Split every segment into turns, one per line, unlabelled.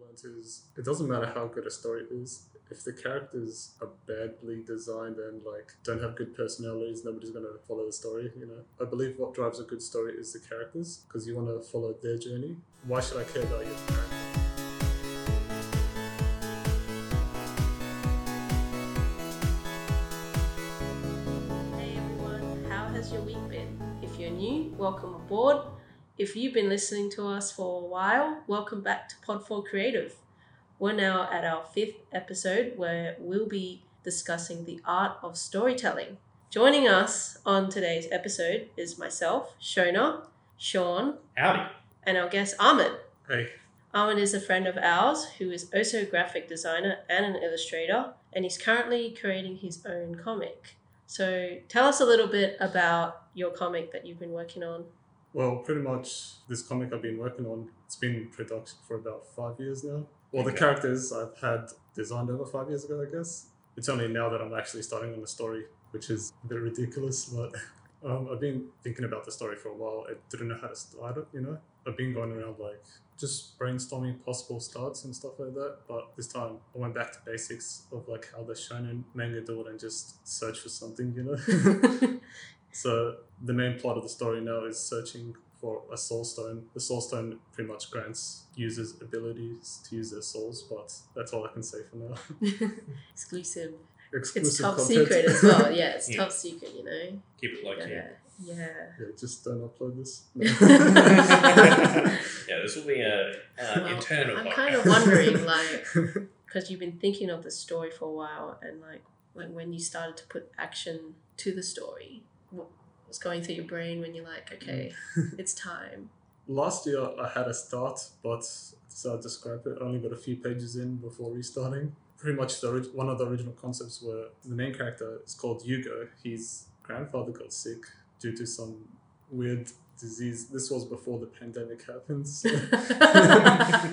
points is it doesn't matter how good a story is. If the characters are badly designed and like don't have good personalities, nobody's gonna follow the story. You know, I believe what drives a good story is the characters because you want to follow their journey. Why should I care about your character?
Hey everyone, how has your week been? If you're new, welcome aboard. If you've been listening to us for a while, welcome back to Pod4 Creative. We're now at our fifth episode where we'll be discussing the art of storytelling. Joining us on today's episode is myself, Shona, Sean,
Howdy.
and our guest Ahmed.
Hey,
Armin is a friend of ours who is also a graphic designer and an illustrator, and he's currently creating his own comic. So tell us a little bit about your comic that you've been working on.
Well, pretty much this comic I've been working on, it's been in production for about five years now. Well, the
Okay.
characters I've had designed over five years ago, I guess. It's only now that I'm actually starting on the story, which is a bit ridiculous, but um, I've been thinking about the story for a while. I didn't know how to start it, you know? I've been going around like just brainstorming possible starts and stuff like that, but this time I went back to basics of like how the shonen manga do it and just search for something, you know? So the main plot of the story now is searching for a soul stone. The soul stone pretty much grants users abilities to use their souls, but that's all I can say for now.
Exclusive.
Exclusive
It's top
content.
secret as well. Yeah, it's
Yeah.
top secret, you know?
Keep it low key.
Yeah.
Yeah.
Yeah.
yeah, just don't upload this.
this will be a uh,
Well,
internal.
I'm
podcast.
kind of wondering, like, because you've been thinking of the story for a while and, like, like when you started to put action to the story, what was going through your brain when you're like, okay, it's time?
Last year I had a start, but I decided to scrap it. I only got a few pages in before restarting. Pretty much the orig- one of the original concepts were the main character is called Yugo. His grandfather got sick due to some weird disease. This was before the pandemic happened. so-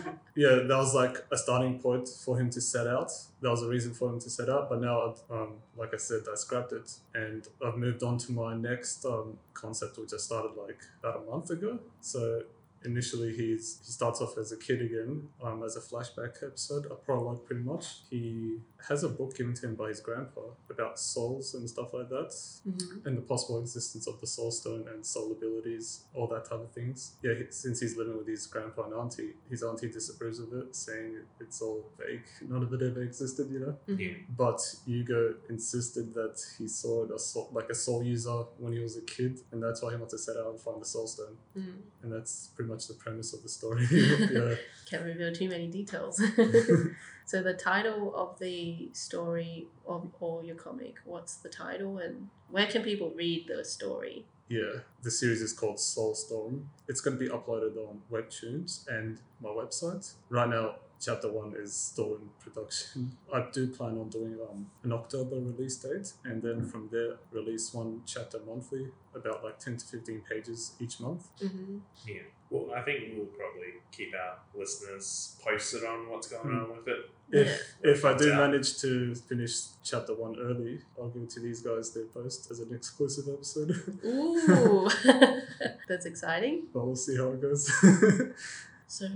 Mm-hmm.
yeah, that was like a starting point for him to set out. That was a reason for him to set out. But now, um, like I said, I scrapped it and I've moved on to my next um, concept, which I started like about a month ago. So initially, he's he starts off as a kid again, um, as a flashback episode, a prologue pretty much. He has a book given to him by his grandpa about souls and stuff like that
Mhm.
and the possible existence of the soul stone and soul abilities, all that type of things. Yeah, he, since he's living with his grandpa and auntie, his auntie disapproves of it, saying it's all fake, none of it ever existed, you know.
Mhm.
Yeah.
But Hugo insisted that he saw it a soul, like a soul user when he was a kid, and that's why he wants to set out and find the soul stone.
Mm.
And that's pretty much the premise of the story. yeah.
Can't reveal too many details. so the title of the story of or your comic, what's the title and where can people read the story?
Yeah, the series is called Soulstorm. It's going to be uploaded on WebTunes and my website. Right now, chapter one is still in production. I do plan on doing um, an October release date and then from there, release one chapter monthly, about like 10 to 15 pages each month.
Mm-hmm.
Yeah. Well, I think we'll probably keep our listeners posted on what's going
Mm.
on with it.
If, if I do
Yeah.
manage to finish chapter one early, I'll give it to these guys their post as an exclusive episode,
Ooh, that's exciting.
but we'll see how it goes.
So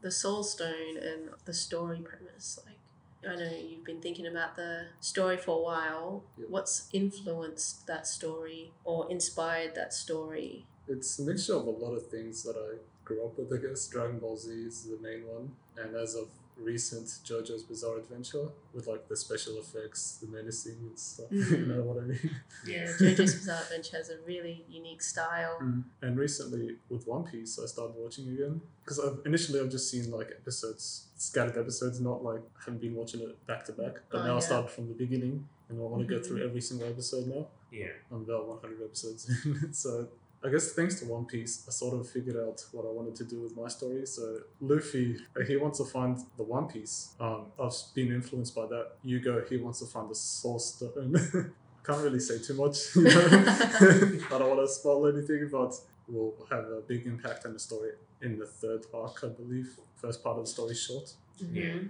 the soul stone and the story premise, like I know you've been thinking about the story for a while.
Yeah.
What's influenced that story or inspired that story?
It's a mixture of a lot of things that I grew up with, I guess. Dragon Ball Z is the main one. And as of recent, JoJo's Bizarre Adventure, with like the special effects, the menacing and stuff. you
Mhm.
know what I mean?
Yeah, JoJo's Bizarre Adventure has a really unique style.
And recently, with One Piece, I started watching again. Because I've, initially, I've just seen like episodes, scattered episodes, not like I haven't been watching it back to back. But
Oh,
now I
yeah.
started from the beginning and I want to
Mhm.
go through every single episode now.
Yeah.
I'm about 100 episodes in. so I guess thanks to One Piece, I sort of figured out what I wanted to do with my story. So Luffy, he wants to find the One Piece. Um, I've been influenced by that. Yugo, he wants to find the Soul Stone. I can't really say too much. You know? I don't want to spoil anything, but will have a big impact on the story in the third arc, I believe. First part of the story is short.
Mhm.
Yeah.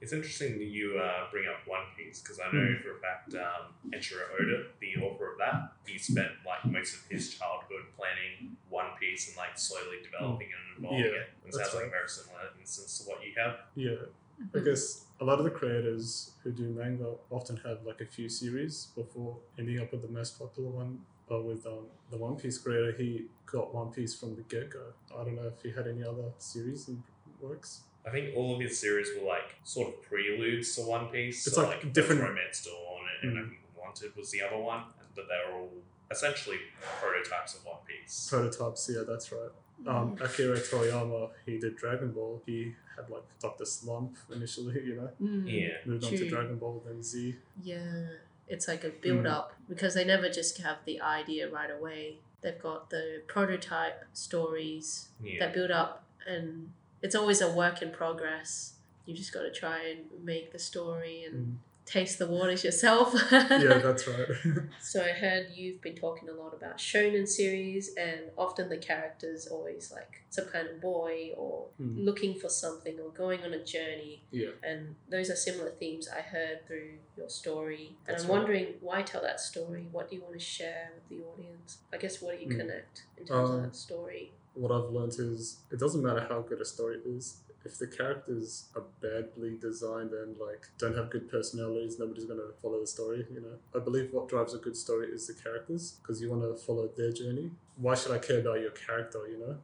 It's interesting that you uh, bring up One Piece because I know
Hmm.
for a fact um, Eiichiro Oda, the author of that, he spent like most of his childhood planning One Piece and like slowly developing it and evolving
Hmm. Yeah,
it. It
that's
sounds like a very similar instance to what you have.
Yeah, I guess a lot of the creators who do manga often have like a few series before ending up with the most popular one. But with um, the One Piece creator, he got One Piece from the get go. I don't know if he had any other series in works.
I think all of his series were like sort of preludes to One Piece.
It's
so,
like
First
different- Mm.
Romance Dawn and, and I think Wanted was the other one, but they're all essentially prototypes of One Piece.
Prototypes, yeah, that's right. Um, Akira Toriyama, he did Dragon Ball. He had like Dr. Slump initially, you know,
Mm.
yeah.
moved on to
True.
Dragon Ball, then Z.
Yeah, it's like a
Mm.
build up because they never just have the idea right away. They've got the prototype stories
Yeah.
that build up, and it's always a work in progress. You just got to try and make the story and
Mm.
taste the waters yourself.
Yeah, that's right.
So I heard you've been talking a lot about shonen series, and often the character's always like some kind of boy or
Mm.
looking for something or going on a journey.
Yeah.
And those are similar themes I heard through your story. And
That's
I'm
right.
wondering why tell that story? What do you want to share with the audience? I guess what do you
Mm.
connect in terms
Um,
of that story?
what I've learnt is it doesn't matter how good a story is. If the characters are badly designed and like don't have good personalities, nobody's gonna follow the story. You know, I believe what drives a good story is the characters because you want to follow their journey. Why should I care about your character? You know,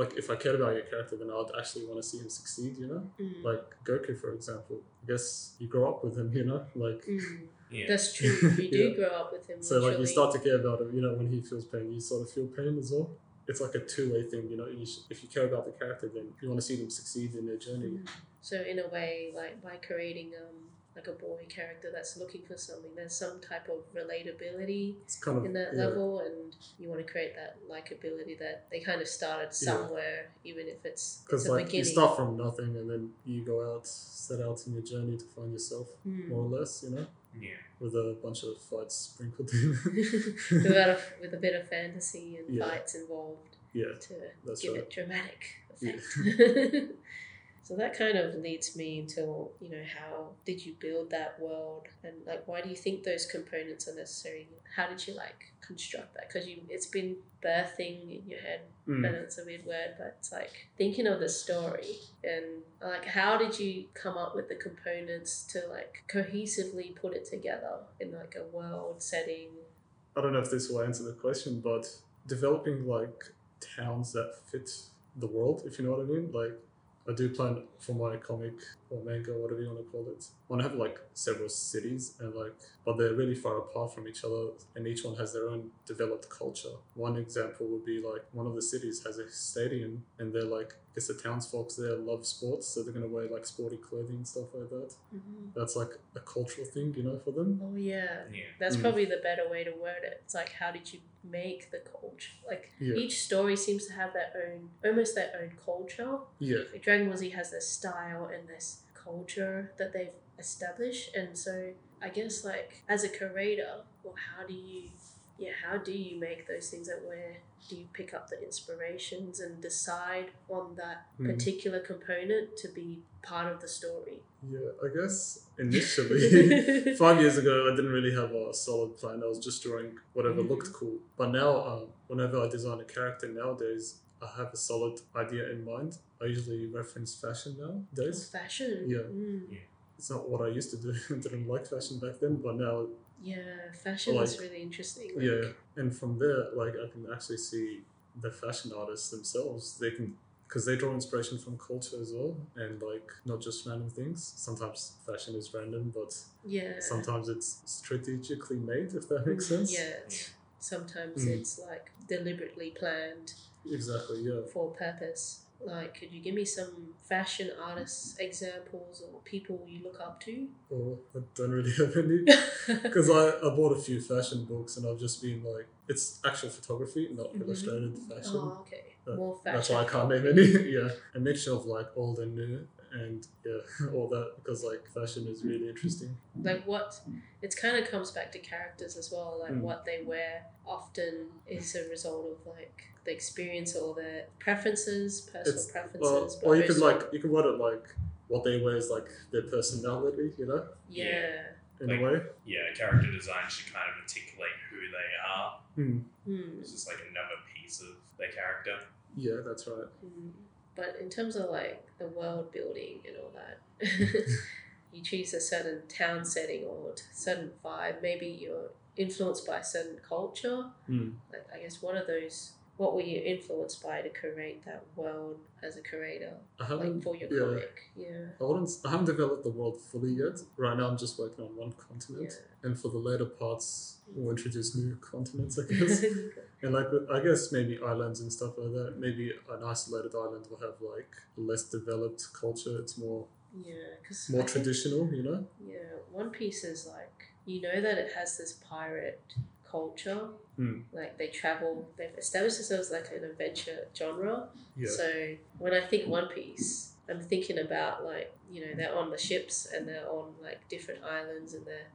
like if I cared about your character, then I'd actually want to see him succeed. You know,
Mm.
like Goku for example. I guess you grow up with him. You know, like
Mm.
Yeah.
That's true. You do
Yeah.
grow up with him.
so like you
naturally.
start to care about him, you know, when he feels pain, you sort of feel pain as well. It's like a two-way thing, you know. You sh- if you care about the character, then you want to see them succeed in their journey.
Mm. So in a way, like by creating um like a boy character that's looking for something, there's some type of relatability
It's kind of
in that
yeah,
level, and you want to create that likability that they kind of started somewhere, even if it's it's
because
a
like you
beginning.
start from nothing and then you go out, set out on your journey to find yourself,
Hmm.
more or less, you know,
yeah.
with a bunch of fights sprinkled in.
Without a, with a bit of fantasy and
Yeah.
fights involved
yeah,
to
That's
give
right.
it dramatic
Yeah.
effect. so that kind of leads me into you know how did you build that world and like why do you think those components are necessary? How did you like construct that? Because you it's been birthing in your head
Mm.
and it's a weird word, but it's like thinking of the story and like how did you come up with the components to like cohesively put it together in like a world setting?
I don't know if this will answer the question, but developing like towns that fit the world, if you know what I mean. Like, I do plan for my comic or manga, whatever you want to call it. I want to have like several cities and like, but they're really far apart from each other, and each one has their own developed culture. One example would be like one of the cities has a stadium, and they're like, I guess the townsfolk there love sports, so they're gonna wear like sporty clothing and stuff like that. That's like a cultural thing, you know, for them.
Oh yeah.
Yeah.
That's
Mm.
probably the better way to word it. It's like how did you make the culture? Like
Yeah,
each story seems to have their own almost their own culture.
yeah,
Like Dragon Ball Z has this style and this culture that they've established, and so I guess like as a creator, well, how do you, yeah, how do you make those things? Like where do you pick up the inspirations and decide on that
Mhm.
particular component to be part of the story?
yeah. I guess initially. Five years ago, I didn't really have a solid plan. I was just drawing whatever
Mhm.
looked cool. But now, um, whenever I design a character nowadays, I have a solid idea in mind. I usually reference fashion nowadays.
Fashion.
Yeah.
Mm.
It's not what I used to do. I didn't like fashion back then, but now,
Yeah, fashion is
Like-
really interesting. Like,
yeah. And from there, like I can actually see the fashion artists themselves. They can. Because they draw inspiration from culture as well, and like not just random things. Sometimes fashion is random, but
Yeah.
sometimes it's strategically made, if that makes sense.
Yeah.
Yeah.
Sometimes
Mm.
it's like deliberately planned.
Exactly, yeah.
for purpose. Like, could you give me some fashion artists examples or people you look up to?
Well, I don't really have any. Because I, I bought a few fashion books and I've just been like, it's actual photography, not
Mhm.
illustrated fashion.
oh, okay.
That-
More fashion.
Uh, That's why I can't name any. yeah. A mixture of like old and new and yeah, all that because like fashion is really interesting.
Like what? It kind of comes back to characters as well. Like
Mm.
what they wear often is a result of like the experience or their preferences, personal
It's-
preferences.
Well,
but
or you could
also-
like, you could word it like what they wear is like their personality, you know,
Yeah.
in
Like-
a way.
yeah, character design should kind of articulate who they are.
Hmm.
Hmm.
It's just like another piece of their character.
Yeah, that's right.
Mm. But in terms of like the world building and all that, you choose a certain town setting or a certain vibe. Maybe you're influenced by a certain culture.
Hmm.
Like, I guess, what are those? What were you influenced by to create that world as a creator?
I
Like
haven't,
for your
Um, yeah.
comic? Yeah.
I, wouldn't, I haven't developed the world fully yet. Right now, I'm just working on one continent, and for the later parts, we'll
Mm-hmm.
introduce new continents, I guess.
Yeah.
And like, I guess maybe islands and stuff like that. Maybe an isolated island will have like a less developed culture. It's more
yeah. Because
more traditional, you know.
Yeah, One Piece is like you know that it has this pirate culture.
Hmm.
Like they travel, they've established themselves like an adventure genre. So when I think One Piece, I'm thinking about like you know they're on the ships and they're on like different islands and they're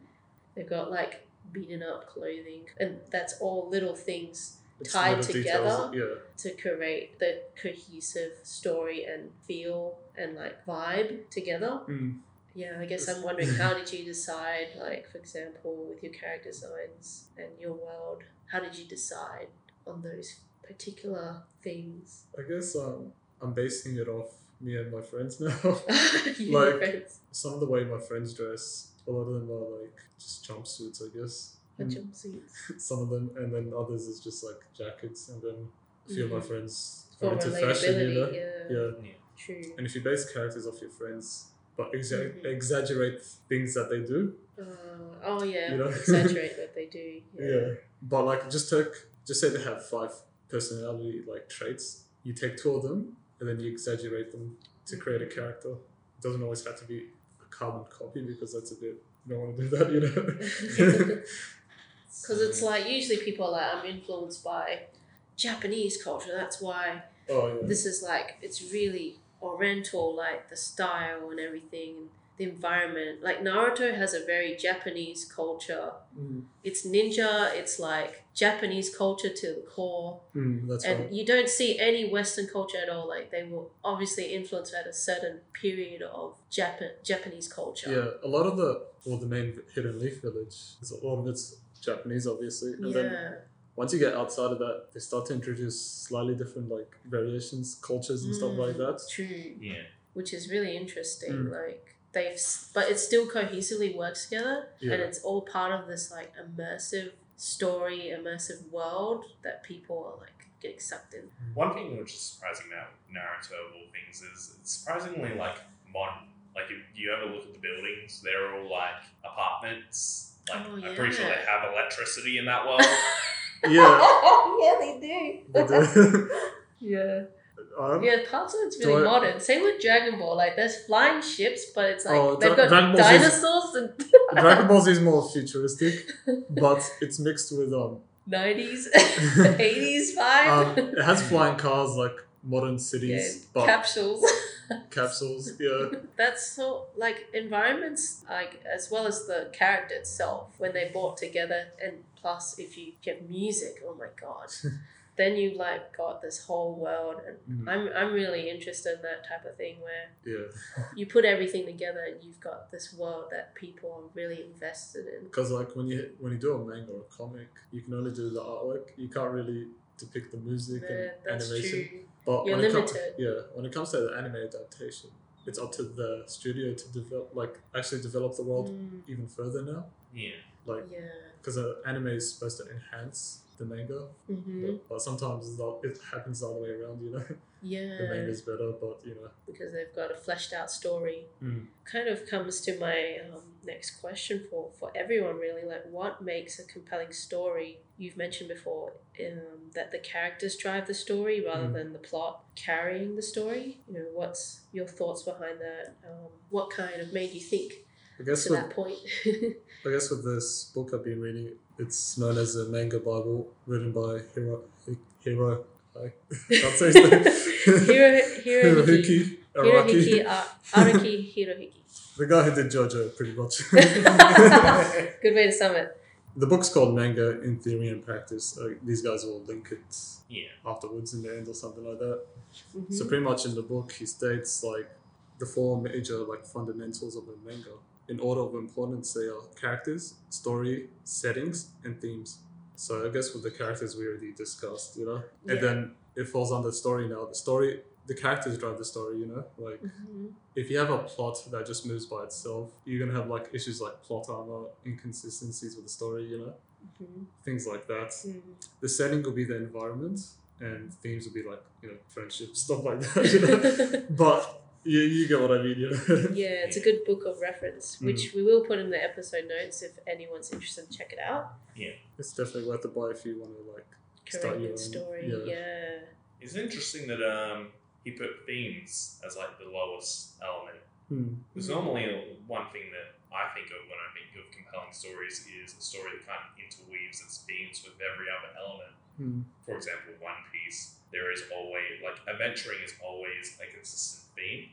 they've got like beaten up clothing and that's all little things
It's
tied
little details, yeah,
to create the cohesive story and feel and like vibe together.
mm.
Yeah, I guess I'm wondering how did you decide, like, for example, with your character designs and your world, how did you decide on those particular things?
I guess um, I'm basing it off me and my friends now.
You and your
Like- mm,
friends.
Some of the way my friends dress, a lot of them are like just jumpsuits, I guess.
Or
Mm.
jumpsuits.
Some of them, and then others is just like jackets, and then a few of my
Mhm.
friends
For
are into fashion, you know.
relatability, yeah,
yeah.
Yeah.
True.
And if you base characters off your friends, but exa-
Mhm.
exaggerate things that they do,
Uh, oh, yeah,
You know?
exaggerate what they do.
yeah. But like, just take, just say they have five personality like traits. You take two of them, and then you exaggerate them to create a
Mm-hmm.
character. It doesn't always have to be a carbon copy because that's a bit. You don't want to do that, you know.
Because it's like usually people are like, I'm influenced by Japanese culture, that's why
oh yeah.
this is like it's really oriental like the style and everything and the environment like naruto has a very japanese culture
Mm.
it's ninja it's like japanese culture to the core
Mm, that's
and
right.
you don't see any western culture at all like they were obviously influenced at a certain period of Japan- japanese culture
Yeah, a lot of the well, the main Hidden Leaf Village is a lot of it's Japanese, obviously, and then
Yeah.
once you get outside of that, they start to introduce slightly different like variations, cultures, and stuff like
Mm,
that.
true
Yeah.
which is really interesting
Mm.
like they've s- but it still cohesively works together
Yeah,
and it's all part of this like immersive story, immersive world that people are like getting sucked in.
Mm.
One thing which is surprising about Naruto of all things is it's surprisingly like modern. Like if you ever look at the buildings, they're all like apartments. Like
Oh,
I'm pretty sure
yeah.
they have electricity in that world.
yeah.
yeah, they
They do.
yeah,
Um,
yeah. Parts of it's
Do
really
I-
modern. Same with Dragon Ball. Like, there's flying ships, but it's like
Oh,
they've
Dra-
got
Dragon Ball Z is-
dinosaurs and
Dragon Ball Z is more futuristic, but it's mixed with um,
nineties,
um
eighties vibe.
it has flying cars like modern cities,
Yeah,
but
capsules.
capsules. Yeah,
That's so like environments, like as well as the character itself, when they're brought together, and plus if you get music, oh my god, then you like got this whole world. And
Mm,
I'm I'm really interested in that type of thing where
yeah.
you put everything together and you've got this world that people are really invested in.
Because like when you when you do a manga or a comic, you can only do the artwork. You can't really depict the music
Yeah,
and
that's
animation.
true.
But
You're
when it com-
limited.
yeah, when it comes to the anime adaptation, it's up to the studio to develop, like actually develop the world
Mm,
even further now.
yeah.
Like
yeah.
because anime is supposed to enhance the manga,
hmm
but, but sometimes it's not- it happens the other way around. You know, the
Yeah.
manga's better, but you know,
Because they've got a fleshed out story.
Mm.
Kind of comes to my um, next question for, for everyone, really. Like, what makes a compelling story? You've mentioned before um, that the characters drive the story rather
Mm.
than the plot carrying the story. You know, what's your thoughts behind that? Um, what kind of made you think
I guess
to
with
that point?
I guess with this book I've been reading, it's known as a manga bible written by Hiro Hi- Hiro. I can't say his name.
Hiro, Hiro, Hirohiki.
Hirohiki
Hirohiki
Araki,
Ar- Araki Hirohiki.
the guy who did JoJo, pretty much.
Good way to sum it.
The book's called Manga in Theory and Practice. Uh, these guys will link it
Yeah.
afterwards in the end or something like that.
Mhm.
So pretty much in the book, he states like the four major like fundamentals of a manga. In order of importance, they are characters, story, settings, and themes. So I guess with the characters we already discussed, you know,
Yeah.
and then it falls under story now. The story, the characters drive the story, you know, like
Mhm.
if you have a plot that just moves by itself, you're gonna have like issues like plot armor, inconsistencies with the story, you know,
Mhm.
things like that.
Mhm.
The setting will be the environment, and themes will be like you know friendship, stuff like that. You know? but you, you get what I mean, you know.
Yeah, it's a good book of reference,
Mm.
which we will put in the episode notes if anyone's interested. Check it out.
it's definitely worth a buy if you want to like. Start your
Correct
own-
story.
yeah.
yeah.
It's interesting that um, he put themes as like the lowest element.
Hmm.
Because
Mm.
normally one thing that I think of when I think of compelling stories is a story that kind of interweaves its themes with every other element.
Hmm.
For example, One Piece, there is always, like, adventuring is always a consistent theme,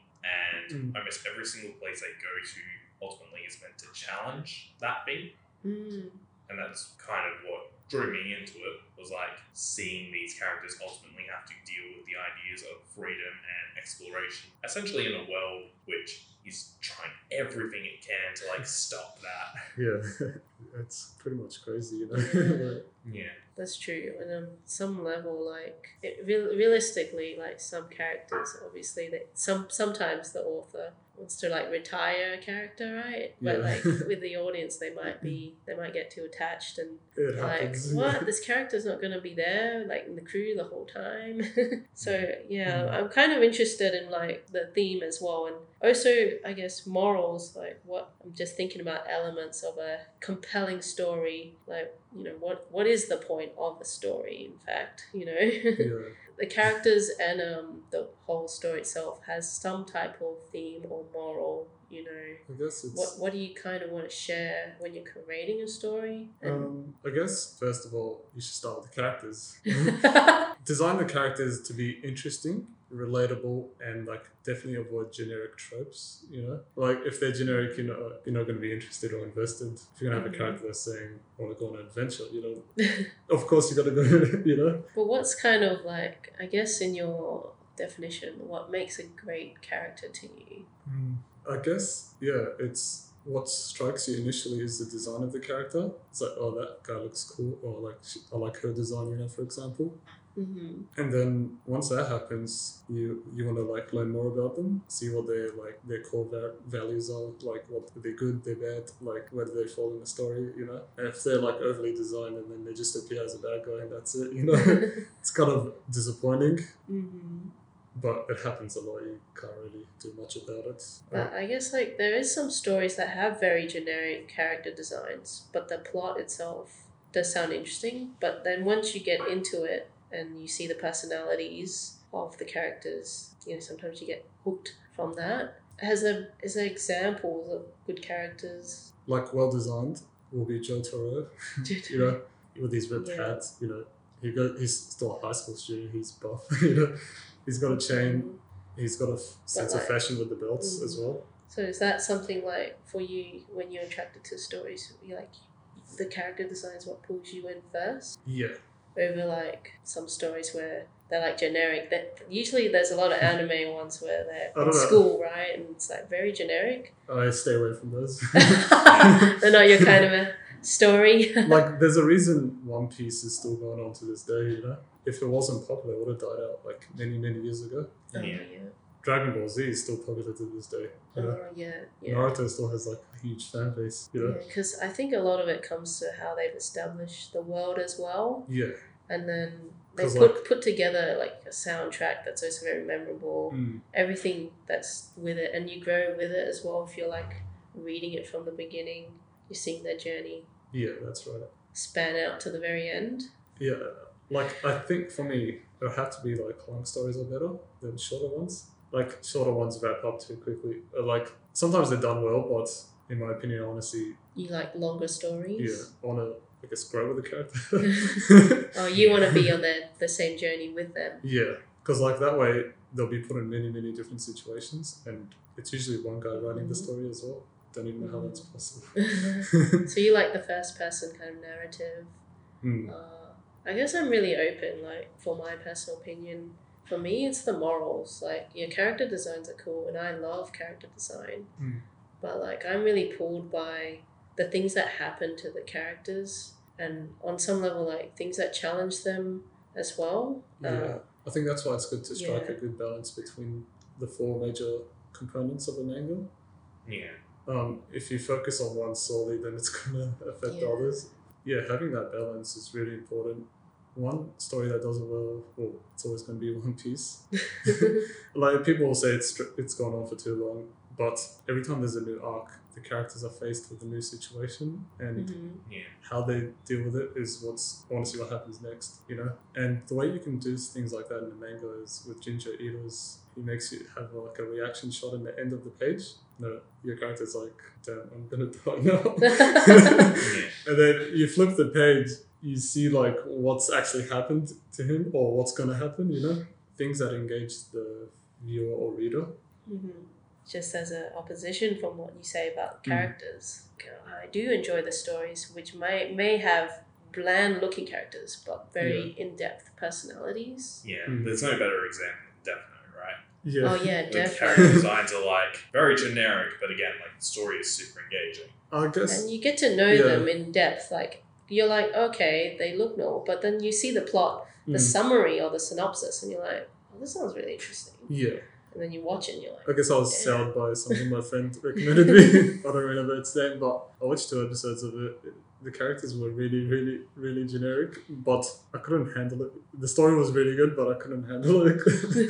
and almost every single place they go to ultimately is meant to challenge that theme.
Mm.
And that's kind of what drew me into it was like seeing these characters ultimately have to deal with the ideas of freedom and exploration, essentially in a world which is trying everything it can to like stop that.
Yeah, it's pretty much crazy, you know.
Yeah.
Yeah.
That's true, and on some level, like it, real, realistically, like some characters, obviously, that some sometimes the author wants to like retire a character, right? But
Yeah.
like with the audience, they might be they might get too attached and
it
like
happens.
what this character's not going to be there like in the crew the whole time so yeah
Hmm.
i'm kind of interested in like the theme as well and also i guess morals like what i'm just thinking about elements of a compelling story like you know what what is the point of the story in fact you know
Yeah.
the characters and um, the whole story itself has some type of theme or moral you know
I guess it's.
what what do you kind of want to share when you're creating a story and
Um, I guess first of all, you should start with the characters. Design the characters to be interesting, relatable, and like definitely avoid generic tropes. You know, like if they're generic, you know you're not going to be interested or invested. If you're going to have a
Mhm.
character that's saying, "I want to go on an adventure," you know, of course you got to go. You know,
But what's kind of like, I guess, in your definition, what makes a great character to you?
I guess yeah, it's. What strikes you initially is the design of the character. It's like, oh, that guy looks cool, or like, she- I like her design, you know, for example.
Mm-hmm.
And then once that happens, you you want to like learn more about them, see what their like their core va- values are, like what they're good, they're bad, like where do they fall in the story, you know. And if they're like overly designed and then they just appear as a bad guy and that's it, you know, it's kind of disappointing,
mm-hmm.
but it happens a lot. You can't really do much about it. Uh,
But I guess like there is some stories that have very generic character designs, but the plot itself does sound interesting. But then once you get into it and you see the personalities of the characters, you know, sometimes you get hooked from that. Has there is there examples of good characters?
like well designed will be Joe Toro. you know, with his ripped
Yeah.
hats, you know, he got he's still a high school student, he's buff, you know, he's got a chain, he's got a f- sense
like- mm.
of fashion with the belts as well.
So is that something like for you when you're attracted to stories, you like the character design is what pulls you in first
Yeah,
over like some stories where they're like generic. That usually there's a lot of anime ones
I
where they're
don't
in
know.
school, right? And it's like very generic.
I stay away from those.
they're not your kind of a story.
like, there's a reason One Piece is still going on to this day, you know. If it wasn't popular, it would have died out like many, many years ago.
Oh,
Yeah.
Dragon Ball Z is still popular to this day. You know?
Oh, yeah. Yeah.
Naruto still has like a huge fan base, you know.
Because I think a lot of it comes to how they've established the world as well.
Yeah,
and then they
'Cause,
put
like-
put together like a soundtrack that's also very memorable.
Mm.
Everything that's with it, and you grow with it as well. If you're like reading it from the beginning, you're seeing their journey
yeah, that's right.
span out to the very end.
Yeah, like I think for me, there have to be like long stories are better than shorter ones. Like shorter ones wrap up too quickly. Uh, Like sometimes they're done well, but in my opinion, honestly,
You like longer
yeah,
stories.
I wanna I guess grow with the character.
Oh, you want to be on the the same journey with them.
yeah, because like that way they'll be put in many many different situations, and it's usually one guy writing the
Mhm.
story as well. Don't even know how that's possible.
so you like the first person kind of narrative.
Hmm.
Uh, I guess I'm really open, like, for my personal opinion. For me, it's the morals. Like your character designs are cool, and I love character design.
Mm.
But like, I'm really pulled by the things that happen to the characters, and on some level, like things that challenge them as well.
Yeah,
Uh,
I think that's why it's good to strike a
yeah.
good balance between the four major components of an angle.
Yeah.
um, if you focus on one solely, then it's going to affect
Yeah.
others. Yeah, having that balance is really important. One story that does it well, well it's always going to be One Piece.
Um,
like people will say it's stri- it's gone on for too long, but every time there's a new arc, the characters are faced with a new situation, and
mhm.
Yeah.
how they deal with it is what's I want to see what happens next, you know. And the way you can do things like that in the manga is with Jinja Ito's, he makes you have like a reaction shot in the end of the page. No, your character's like, "Damn, I'm gonna die now,"
Yeah.
and then you flip the page, you see like what's actually happened to him or what's gonna happen, you know, things that engage the viewer or reader.
Mhm. Just as a opposition from what you say about
Mm.
characters, Uh, I do enjoy the stories which may may have bland looking characters but very in depth personalities.
Yeah.
Mm.
There's no better example than Death Note, right?
Yeah.
Oh yeah,
The character
definitely.
designs are like very generic, but again, like the story is super engaging.
I guess
and you get to know
Yeah.
them in depth. Like you're like, okay, they look normal, but then you see the plot, the
mm,
summary or the synopsis, and you're like, oh, this sounds really interesting.
yeah.
And then you watch it, and you're like,
I guess I was sold by something my friend recommended me. I don't remember its name, but I watched two episodes of it. The characters were really, really, really generic, but I couldn't handle it. The story was really good, but I couldn't handle it.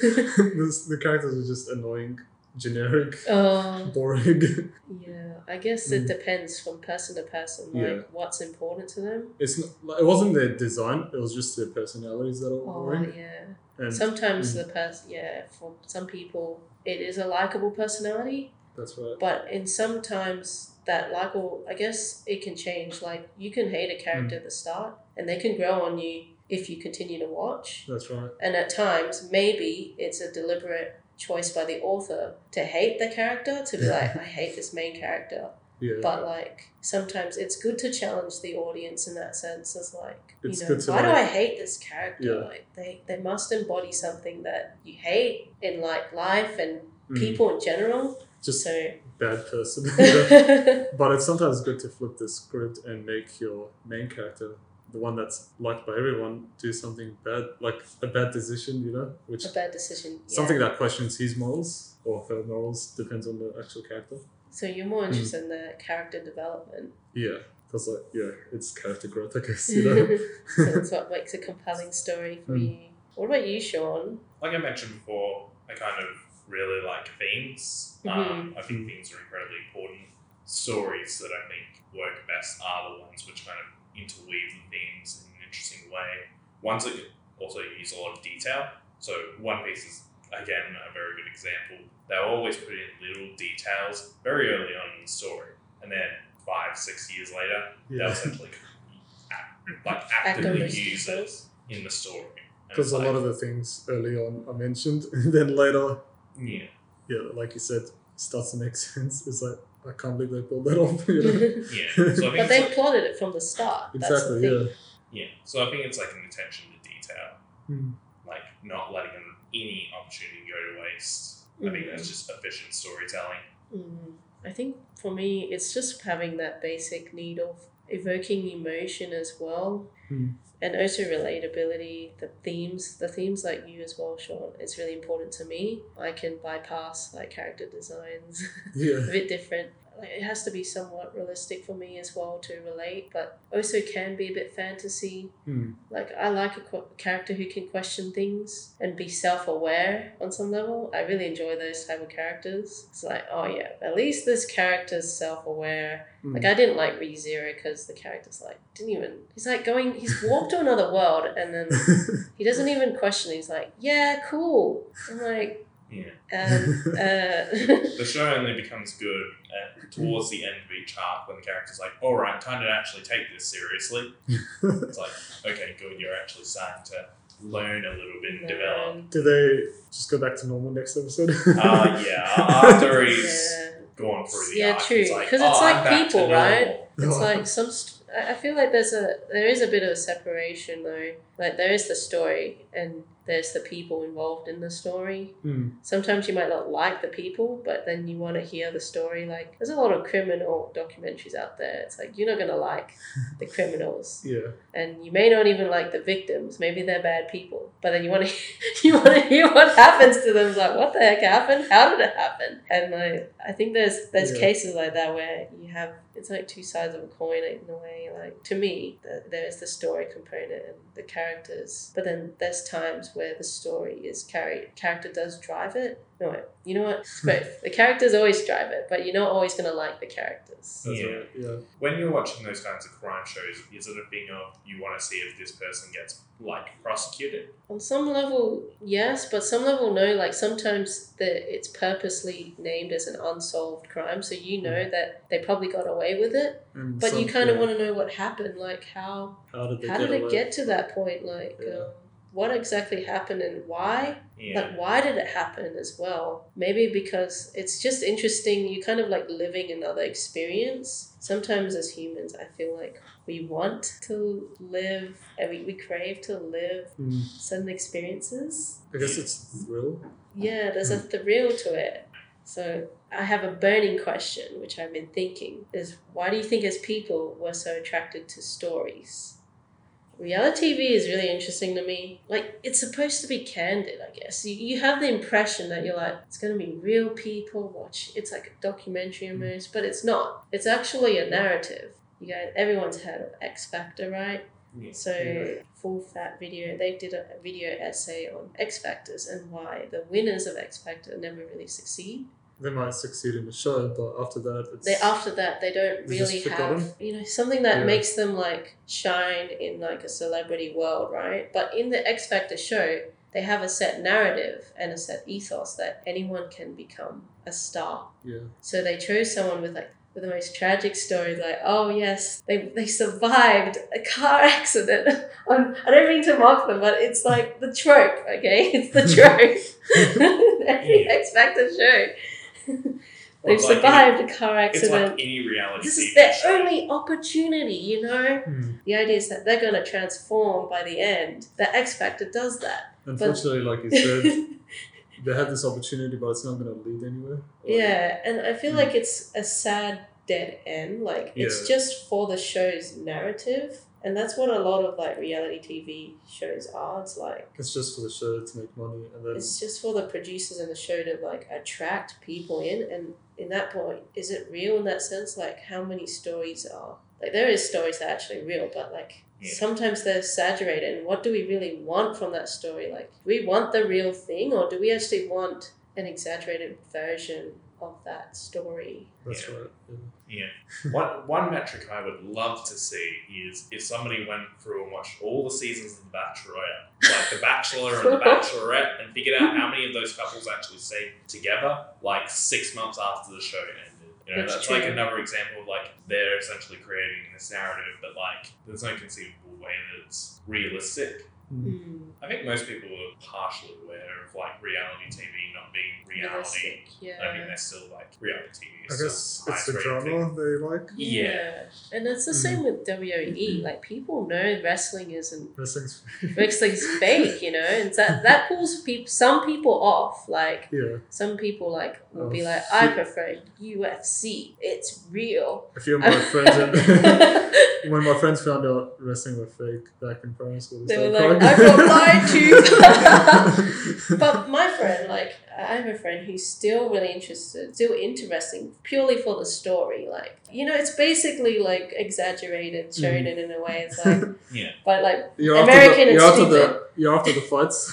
the, the characters were just annoying, generic,
oh,
boring.
yeah. I guess
Mm.
it depends from person to person, like
Yeah.
what's important to them.
It's not, like, it wasn't their design; it was just their personalities that were
Oh
boring.
yeah.
And
Sometimes
Mm.
the person, yeah, for some people, it is a likable personality,
that's right.
but in sometimes that likable, I guess it can change. Like you can hate a character at the start, and they can grow on you if you continue to watch.
That's right.
And at times, maybe it's a deliberate choice by the author to hate the character to be like, I hate this main character.
Yeah.
But like sometimes it's good to challenge the audience in that sense as like
It's
you know
good to
why do
know-
I hate this character?
Yeah.
Like they they must embody something that you hate in like life and
Mm.
people in general.
Just
so
bad person.
yeah.
But it's sometimes good to flip the script and make your main character, the one that's liked by everyone, do something bad, like a bad decision, you know, which
a bad decision. Yeah.
something that questions his morals or her morals depends on the actual character.
so you're more
Mm.
interested in the character development.
Yeah, because like yeah, it's character growth, I guess. You know,
so that's what makes a compelling story for
Mm.
you. What about you, Sean?
Like I mentioned before, I kind of really like themes. Um, I think themes are incredibly important. Stories that I think work best are the ones which kind of interweave the themes in an interesting way. Ones that also use a lot of detail. So One Piece is again a very good example. They always put in little details very early on in the story, and then five, six years later, that
yeah,
was actually act- like
Act on
actively
those
used it
details.
in the story. And
because
it's
a lot
like,
of the things early on I mentioned, and then later,
yeah,
yeah, like you said, starts to make sense. It's like I can't believe they pulled that off. You know,
but
yeah. So I think it's
they
like,
plotted it from the start. That's the
exactly.
thing.
Yeah.
yeah. So I think it's like an attention to detail,
Hmm.
like not letting an- any opportunity go to waste. I think that's just efficient storytelling.
Mm, I think for me, it's just having that basic need of evoking emotion as well,
Mm.
and also relatability. The themes, the themes like you as well, Sean, is really important to me. I can bypass like character designs,
Yeah.
a bit different. Like, It has to be somewhat realistic for me as well to relate, but also can be a bit fantasy.
Hmm.
Like I like a qu- character who can question things and be self-aware on some level. I really enjoy those type of characters. It's like, oh yeah, at least this character's self-aware.
Hmm.
Like I didn't like ReZero because the character's like didn't even. He's like going. He's walked to another world and then
Hmm.
he doesn't even question. He's like, yeah, cool. I'm like,
Yeah.
um, uh,
The show only becomes good at, towards the end of each arc when the character's like, "All right, time to actually take this seriously." it's like, okay, good, you're actually starting to learn a little bit and develop.
um,
Do they just go back to normal next episode?
Uh, yeah, after he's
yeah.
gone through the
Yeah,
arc,
true,
It's like,
'cause it's
"Oh,
like
I'm back to
people, right?
normal."
It's like some. St- I I feel like there's a there is a bit of a separation though. Like there is the story, and There's the people involved in the story.
Hmm.
Sometimes you might not like the people, but then you want to hear the story. Like, there's a lot of criminal documentaries out there. It's like, you're not going to like the criminals.
Yeah.
And you may not even like the victims. Maybe they're bad people. But then you want to you want to hear what happens to them. It's like, what the heck happened? How did it happen? And like, I think there's there's
Yeah.
cases like that where you have it's like two sides of a coin in a way. Like to me, the, there is the story component and the characters, but then there's times where the story is carried. Character does drive it. No, wait, you know what? It's both. the characters always drive it, but you're not always gonna like the characters.
That's
Yeah.
right. Yeah.
When you're watching those kinds of crime shows, is it a thing of you want to see if this person gets like prosecuted?
On some level, yes, but some level, no. Like sometimes the it's purposely named as an unsolved crime, so you know that they probably got away with it.
And
But
Mm. some-
you kind of
yeah.
want to know what happened, like how
How did they
how
get
did it
away?
get to that point, like
Yeah.
um, what exactly happened and why.
Yeah.
Like, why did it happen as well? Maybe because it's just interesting. You kind of like living another experience. Sometimes as humans, I feel like we want to live and we, we crave to live
Hmm.
certain experiences.
I guess it's thrill.
Yeah, there's a thrill to it. So I have a burning question, which I've been thinking is why do you think as people we're so attracted to stories? Reality TV is really interesting to me. Like, it's supposed to be candid, I guess. You, you have the impression that you're like, it's going to be real people watch. It's like a documentary
Mm.
almost, but it's not. It's actually a narrative. You guys, everyone's heard of X Factor, right?
Yeah.
So full fat video, they did a a video essay on X Factors and why the winners of X Factor never really succeed.
They might succeed in the show, but after that, it's
They after that they don't
They're
really
just
have
forgotten?
you know something that
Yeah.
makes them like shine in like a celebrity world, right? But in the X Factor show, they have a set narrative and a set ethos that anyone can become a star.
yeah.
So they chose someone with like with the most tragic story, like, oh yes, they they survived a car accident. Um, I don't mean to mock them, but it's like the trope, okay? It's the trope. Every
Yeah.
X Factor show.
Well,
They've
it's like
survived a car
any- It's like
accident.
any reality.
This is
TV
their
show.
only opportunity, you know?
Hmm.
The idea is that they're gonna transform by the end. The X Factor does that.
Unfortunately, like you said, they had this opportunity, but it's not going to lead anywhere. Or-
Yeah, and I feel
Mm.
like it's a sad dead end. Like it's
Yeah.
just for the show's narrative, and that's what a lot of like reality TV shows are. It's like
It's just for the show to make money, and then
it's just for the producers and the show to like attract people in, and in that point, is it real in that sense? Like how many stories are like there is stories that are actually real, but like.
Yeah.
Sometimes they're saturated, and what do we really want from that story? Like, do we want the real thing, or do we actually want an exaggerated version of that story?
that's
yeah.
right. Yeah.
Yeah. one, one metric I would love to see is if somebody went through and watched all the seasons of The Bachelorette, like The Bachelor and The Bachelorette, and figured out how many of those couples actually stayed together, like six months after the show ended. You know,
That's
that's, like
true.
another example of like they're essentially creating this narrative, but like there's no conceivable way that it's realistic.
Hmm.
I think most people are partially aware of like reality TV not being reality.
Realistic,
I mean,
yeah.
they're still like reality TV.
I
is
guess
still
it's the
high-rated thing.
drama they like.
Yeah.
And it's the same with WWE. Like people know wrestling isn't
Those things.
wrestling's fake, you know, and that that pulls people some people off. Like
Yeah.
some people like will
Oh,
be like, I
shit.
prefer UFC. It's real.
A few of my friends, when my friends found out wrestling were fake back in primary school,
They were
started
like,
crying.
"I but my friend, like, I have a friend who's still really interested, still into wrestling, purely for the story. Like, you know, it's basically like exaggerated,
Mm.
shown in in a way. It's like,
Yeah.
but like,
you're
American
after the,
and
you're after the you're after the fights.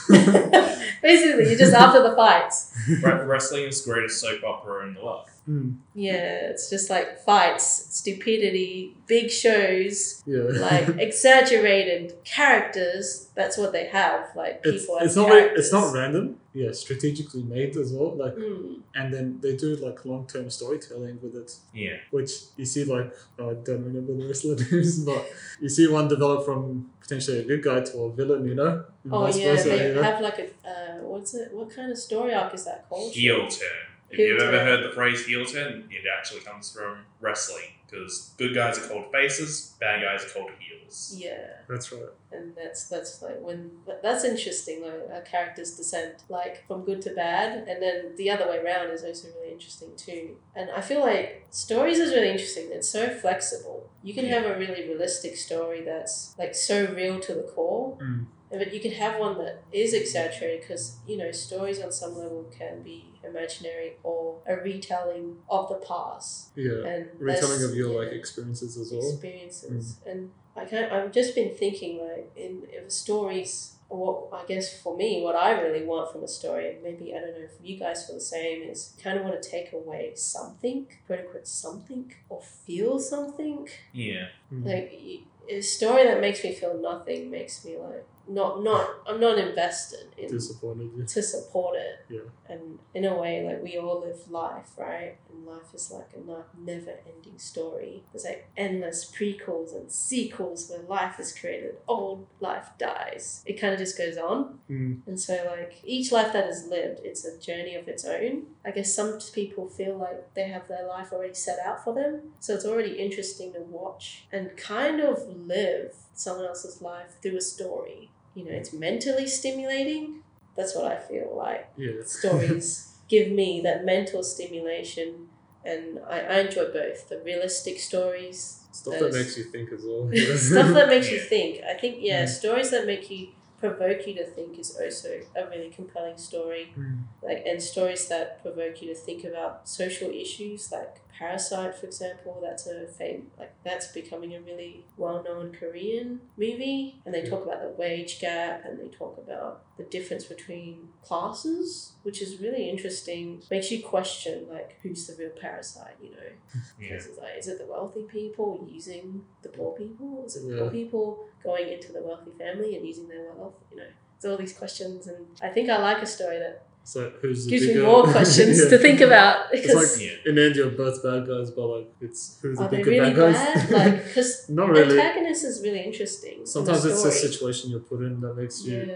basically, you're just after the fights.
Re- wrestling is the greatest soap opera in the world.
Hmm.
Yeah, it's just like fights, stupidity, big shows,
Yeah.
like exaggerated characters. That's what they have. Like people
it's,
as
it's not very,
characters.
it's not random. Yeah, strategically made as well. Like,
Mm,
and then they do like long term storytelling with it.
Yeah.
which you see like oh, I don't remember the wrestler names, but you see one develop from potentially a good guy to a villain, you know, and
Oh
vice
yeah,
versa,
they
you know?
have like a uh, what's it? What kind of story arc is that called?
Heel turn. If
Heel
you've ever
turn.
heard the phrase heel turn, it actually comes from wrestling because good guys are called faces, bad guys are called heels. things.
Yeah.
That's right.
and that's that's like when but that's interesting like a character's descent like from good to bad and then the other way around is also really interesting too and i feel like stories is really interesting it's so flexible you can have a really realistic story that's like so real to the core
Mm.
but you can have one that is exaggerated because you know stories on some level can be imaginary or a retelling of the past
Yeah.
and
Retelling
that's-
of your
yeah
like experiences as well.
experiences and I can't, I've just been thinking like in if stories what I guess for me what I really want from a story and maybe I don't know if you guys feel the same is kind of want to take away something quote unquote something or feel something
Yeah.
Mm.
like y- a story that makes me feel nothing makes me like not not I'm not invested in
Disappointed. yeah.
to support it.
Mm-hmm. Yeah.
And in a way, like we all live life, right? And life is like a never ending story. There's like endless prequels and sequels where life is created, old life dies. It kind of just goes on.
Mm.
And so, like, each life that is lived, it's a journey of its own. I guess some people feel like they have their life already set out for them. So it's already interesting to watch and kind of live someone else's life through a story. You know, it's mentally stimulating. That's what I feel like
Yeah.
stories give me that mental stimulation and I, I enjoy both the realistic stories
Stuff that
those-
makes you think as well.
stuff that makes you
Yeah.
think I think yeah
Mm.
stories that make you provoke you to think is also a really compelling story
Mm.
like and stories that provoke you to think about social issues like parasite for example that's a fame like that's becoming a really well-known korean movie and they talk about the wage gap and they talk about the difference between classes which is really interesting makes you question like who's the real parasite you know
Yeah.
because it's like, is it the wealthy people using the poor people? Is it the
Yeah.
poor people going into the wealthy family and using their wealth? You know, it's all these questions, and I think I like a story that
So who's the
gives me
bigger-
more questions
Yeah.
to think about. Because
It's
Yeah.
like in India, both bad guys, but like it's who's the
are they
bigger
really
bad guys?
bad? Like, because
Not
the
really.
antagonist is really interesting. in
Sometimes
the
it's the
story.
situation you're put in that makes you
Yeah,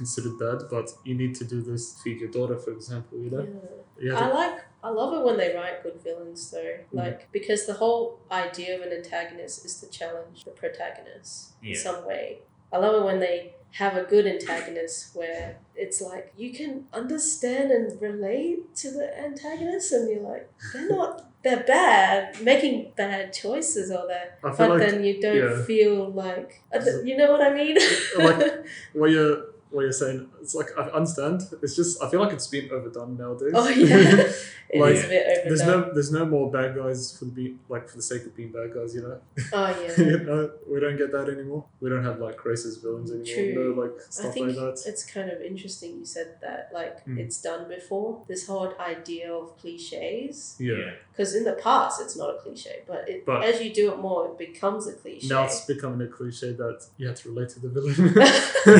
considered bad, but you need to do this feed your daughter, for example. You know,
yeah. Uh,
you
I
have Mm-hmm.
like I love it when they write good villains though. Like because the whole idea of an antagonist is to challenge the protagonist in
Yeah.
some way. I love it when they have a good antagonist where it's like you can understand and relate to the antagonist and you're like, they're not they're bad, making bad choices or that
to, I feel
but
like
then you don't
yeah.
feel like I don't- you know what I mean?
Like- what you're what you're saying. It's like I understand. It's just I feel like it's been overdone nowadays.
oh yeah. It
Like,
is a bit overdone.
There's no, there's no more bad guys for the be like for the sake of being bad guys, you know.
oh yeah.
you know, we don't get that anymore. We don't have like racist villains anymore.
True.
No, like
I
stuff
think
like that.
it's kind of interesting you said that. Like
Mm.
it's done before. This whole idea of cliches,
Yeah.
because in the past it's not a cliche, but, it,
But-
as you do it more, it becomes a cliche.
Now it's becoming a cliche that you have to relate to the
Yeah.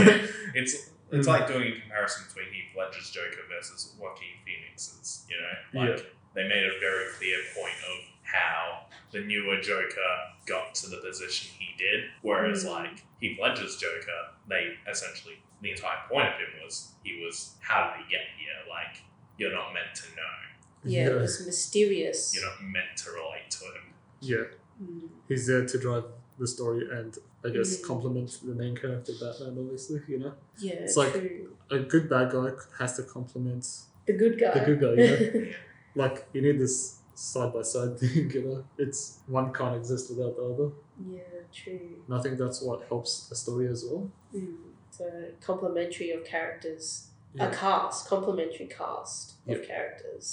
villain.
It's it's
Mm.
like doing a comparison between Heath Ledger's Joker versus Joaquin Phoenix's. You know, like they made a very clear point of how the newer Joker got to the position he did, whereas
Mm.
like Heath Ledger's Joker, they essentially the entire point of him was he was how did he get here? Like you're not meant to know.
yeah, it was mysterious.
You're not meant to relate to him.
yeah.
Mm.
He's there to drive the story and I guess
Mhm.
complement the main character Batman. Obviously, you know,
Yeah,
It's like-
true.
a good bad guy has to complement.
The good guy.
good guy, Like you need this side by side thing. You know, it's one can't exist without the other.
yeah, true.
And I think that's what helps a story as well.
Mm. So complementary of characters.
Yeah.
a cast, complementary cast of
Yeah.
characters.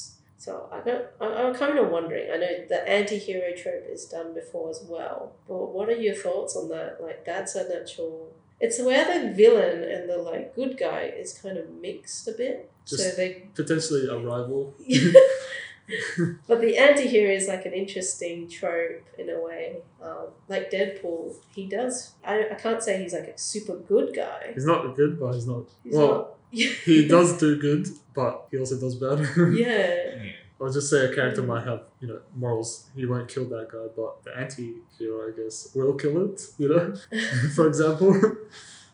So I don't, I, I'm kind of wondering. I know the anti-hero trope is done before as well, but what are your thoughts on that? Like that's a natural. It's where the villain and the like good guy is kind of mixed a bit. so
Just-
they,
Potentially a rival.
but the anti-hero is like an interesting trope in a way. Um, like Deadpool, he does. I, I can't say he's like a super good guy.
He's not good, but he's not.
He's
well,
not-
he does do good, but he also does bad.
yeah.
Yeah.
I'll just say a character might have, you know, morals. He won't kill that guy, but the anti hero, I guess, will kill it, you know, for example.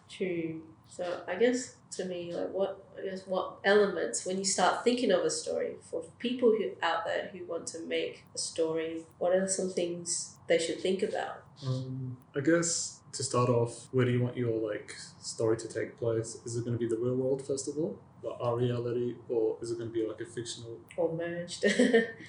True. So I guess to me, like what I guess what elements when you start thinking of a story for people who out there who want to make a story, what are some things they should think about?
Um, I guess to start off, where do you want your like story to take place? Is it going to be the real world first of all, like our reality, or is it going to be like a fictional
or merged.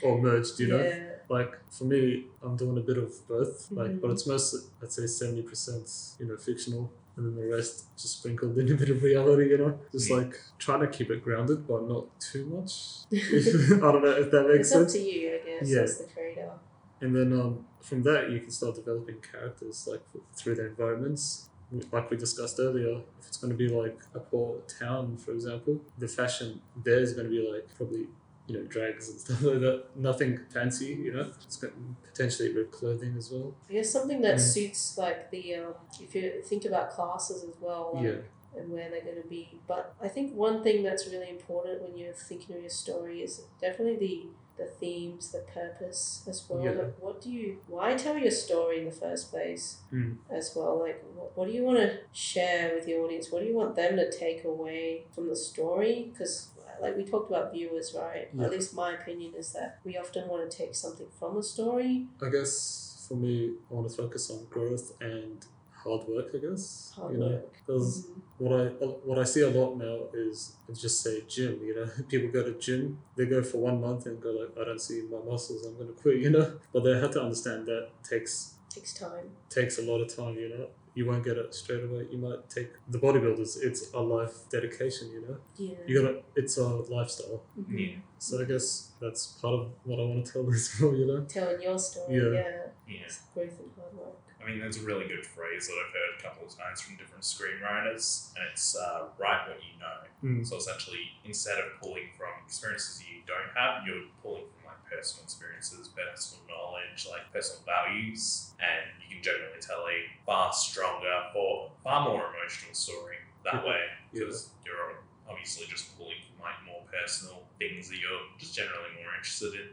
or merged? You know,
Yeah.
like for me, I'm doing a bit of both, like,
Mhm.
but it's mostly I'd say seventy percent, you know, fictional. And then the rest just sprinkled in a bit of reality, you know? Just
Mm.
like trying to keep it grounded, but not too much. I don't know if that makes
it's
sense.
up to you, I guess.
Yeah.
That's the trade off.
And then um, from that, you can start developing characters like through their environments. Like we discussed earlier, if it's going to be like a poor town, for example, the fashion there is going to be like probably, you know, drags and stuff like that. Nothing fancy, you know? It's got potentially red clothing as well.
I guess something that
Mm.
suits like the um, if you think about classes as well, like,
Yeah.
and where they're going to be. But I think one thing that's really important when you're thinking of your story is definitely the the themes, the purpose as well.
Yeah.
Like, what do you? Why tell your story in the first place?
Mm.
As well, like what, what do you want to share with your audience? What do you want them to take away from the story? Because like we talked about viewers, right?
Yeah.
At least my opinion is that we often want to take something from a story.
I guess for me, I want to focus on growth and hard work, I guess.
Hard
you know?
work.
'Cause
Mhm.
What I what I see a lot now is it's just say gym. You know, people go to gym, they go for one month and go like, I don't see my muscles, I'm gonna quit. You know, but they have to understand that takes
takes time.
takes a lot of time. You know, you won't get it straight away. You might take the bodybuilders. It's a life dedication. You know,
Yeah.
you gotta. It's a lifestyle.
Mhm.
Yeah.
So I guess that's part of what I want to tell as well. You know,
Telling your story,
Yeah.
yeah.
Yeah.
It's growth and hard work.
I mean, that's a really good phrase that I've heard a couple of times from different screenwriters, and it's uh, write what you know.
Mm.
So essentially, instead of pulling from experiences you don't have, you're pulling from like personal experiences, personal knowledge, like personal values, and you can generally tell a far stronger or far more emotional story that way because you're obviously just pulling from like more personal things that you're just generally more interested in.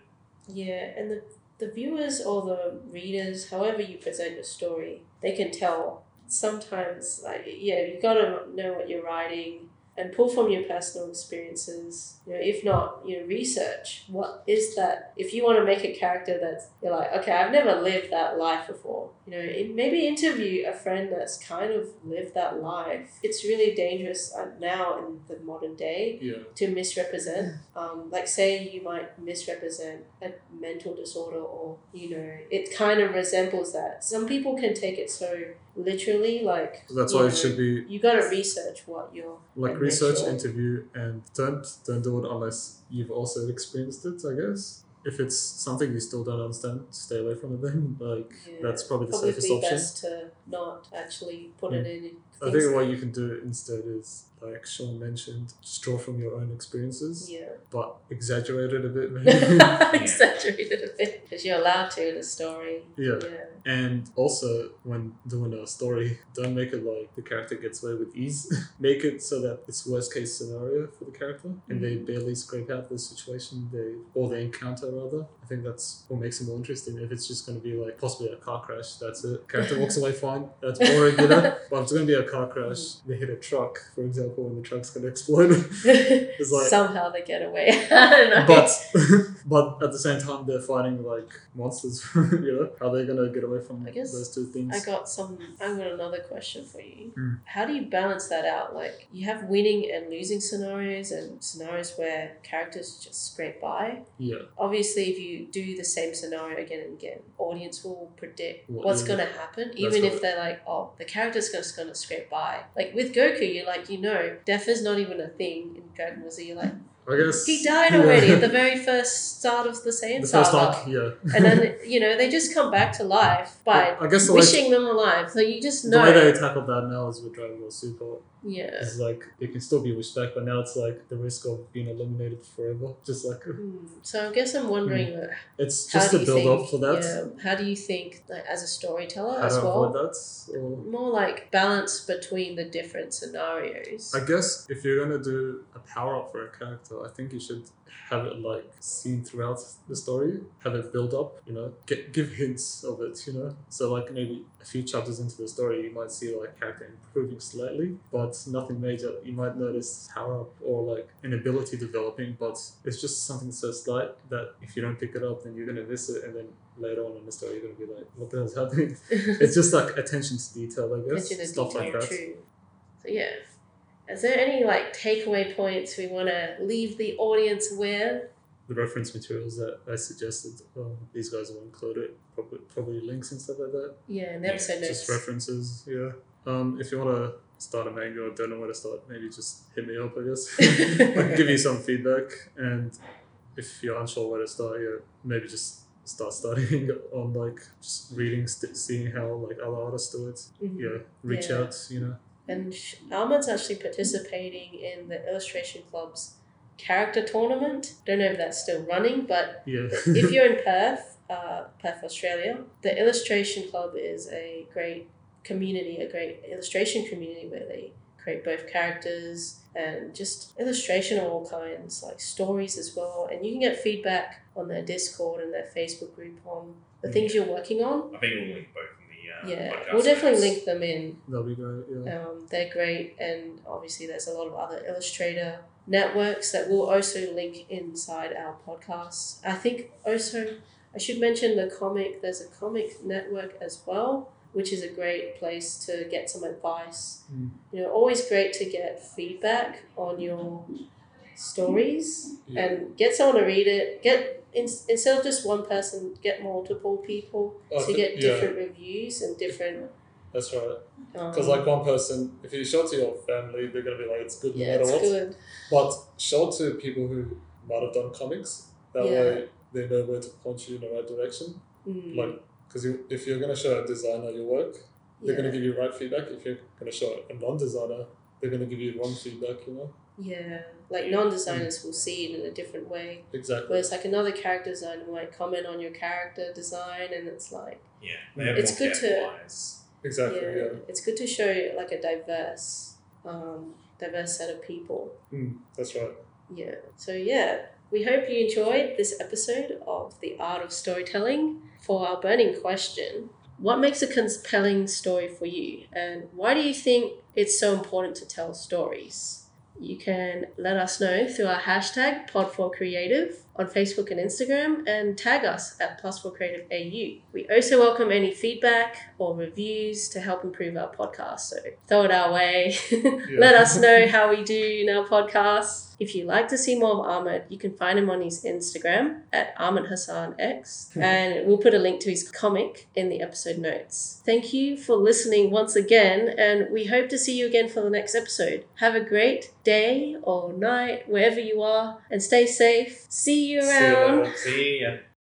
Yeah, and the, the viewers or the readers, however you present your story, they can tell. Sometimes, like, yeah, you gotta know what you're writing and pull from your personal experiences. You know, if not, you know, research. What is that? If you want to make a character that's you're like, okay, I've never lived that life before. You know, in, maybe interview a friend that's kind of lived that life. It's really dangerous uh, now in the modern day
Yeah.
to misrepresent. Um, like, say you might misrepresent a mental disorder, or you know, it kind of resembles that. Some people can take it so literally, like
So that's
you
why
know,
it should be
You gotta research what you're.
like
And
research
visual.
interview and don't don't do it unless you've also experienced it i guess if it's something you still don't understand stay away from it then like
Yeah.
that's probably the
Probably
safest
be
option Mm.
best to not actually put it in.
i
things
think what
that-
you can do instead is like sean mentioned just draw from your own experiences but exaggerate it a bit maybe
yeah, exaggerated a bit because you're allowed to in a story.
yeah
Yeah.
And also, when doing a story, don't make it like the character gets away with ease. make it so that it's worst case scenario for the character, and they
Mm-hmm.
barely scrape out the situation they or they encounter rather. I think that's what makes it more interesting. If it's just going to be like possibly a car crash, that's it. Character walks away fine. That's boring, you know. But if it's going to be a car crash, they hit a truck, for example, and the truck's going to explode. it's like
Somehow they get away. I don't know.
but but at the same time they're fighting like monsters you know how they gonna get away from
I guess
those two things
I got some. I've got another question for you.
Mm.
How do you balance that out? Like you have winning and losing scenarios, and scenarios where characters just scrape by.
yeah
Obviously, if you do the same scenario again and again, audience will predict
What-
what's
yeah.
going to happen, even
right.
if they're like, "Oh, the character's just going to scrape by." Like with Goku, you're like, you know, death is not even a thing in Dragon Ball Z. You're like,
I guess
he died
yeah.
already at the very first start of the Saiyan
The
saga,
first arc, yeah.
and then you know they just come back to life by
I guess the way,
wishing them alive. So you just
the
know.
way they tackled that now is with Dragon Ball Super
yeah.
is like it can still be wished back, but now it's like the risk of being eliminated forever. Just like
Hmm. So I guess I'm wondering uh,
it's
how
Hmm. just
do
to
you
build
think,
up for that.
Yeah, how do you think, like, as a storyteller
How
as
to avoid
well,
that? Or
more like balance between the different scenarios?
I guess if you're gonna do a power up for a character, I think you should have it like seen throughout the story, have it build up, you know, get, give hints of it, you know. So like maybe a few chapters into the story, you might see like character improving slightly, but nothing major. You might notice power up or like an ability developing, but it's just something so slight that if you don't pick it up, then you're gonna miss it, and then later on in the story, you're gonna be like, what the hell's happening? it's just like attention to detail, I guess,
Attention to
stuff
detail,
like that.
true. So yeah. Is there any like takeaway points we want to leave the audience with?
the reference materials that I suggested, um, these guys will include it. Probably, probably links and stuff like that.
Yeah, and
Yeah,
episode notes.
Just references, yeah. Um, if you want to start a manga or don't know where to start, maybe just hit me up, I guess. I can give you some feedback. And if you're unsure where to start, yeah, maybe just start studying on like just reading, st- seeing how like other artists do it.
Mhm.
Yeah, reach
Yeah.
out, you know.
And sh- Almond's actually participating in the illustration club's character tournament. Don't know if that's still running, but
Yeah.
if you're in Perth, uh, Perth, Australia, the Illustration Club is a great community, a great illustration community where they create both characters and just illustration of all kinds, like stories as well. And you can get feedback on their Discord and their Facebook group on the things you're working on.
I think we'll link both in the uh,
Yeah,
podcast
we'll definitely
notes.
link them in.
That'll be great, yeah.
Um, they're great, and obviously, there's a lot of other illustrator networks that we'll also link inside our podcast. I think also I should mention the comic, there's a comic network as well, which is a great place to get some advice.
Mm.
You know, always great to get feedback on your stories
Yeah.
and get someone to read it. Get in, instead of just one person, get multiple people
Oh,
to
th-
get
yeah.
different reviews and different.
That's right.
Um,
Because like one person, if you show it to your family, they're gonna be like, "It's good no
yeah,
matter
it's
what."
good.
But show it to people who might have done comics. That way, they know where to point you in the right direction.
Mm.
Like, because you, if you're gonna show a designer your work, they're
yeah.
gonna give you right feedback. If you're gonna show a non-designer, they're gonna give you wrong feedback. You know
yeah, like non-designers will see it in a different way.
exactly.
Whereas like another character designer might comment on your character design, and it's like
Yeah, they have
It's
more
good to-
depth wise.
Exactly.
yeah,
Yeah.
it's good to show like a diverse, um, diverse set of people.
Mm, that's right.
Yeah. So yeah, we hope you enjoyed this episode of the art of storytelling. For our burning question, what makes a compelling story for you, and why do you think it's so important to tell stories? You can let us know through our hashtag Pod4Creative on Facebook and Instagram and tag us at Plus4CreativeAU. We also welcome any feedback or reviews to help improve our podcast, so throw it our way. Let us know how we do in our podcast. If you'd like to see more of Ahmed, you can find him on his Instagram at Ahmed Hassan X, and we'll put a link to his comic in the episode notes. Thank you for listening once again, and we hope to see you again for the next episode. Have a great day or night, wherever you are, and stay safe. See you
See you
around.
later.
See uh, ya.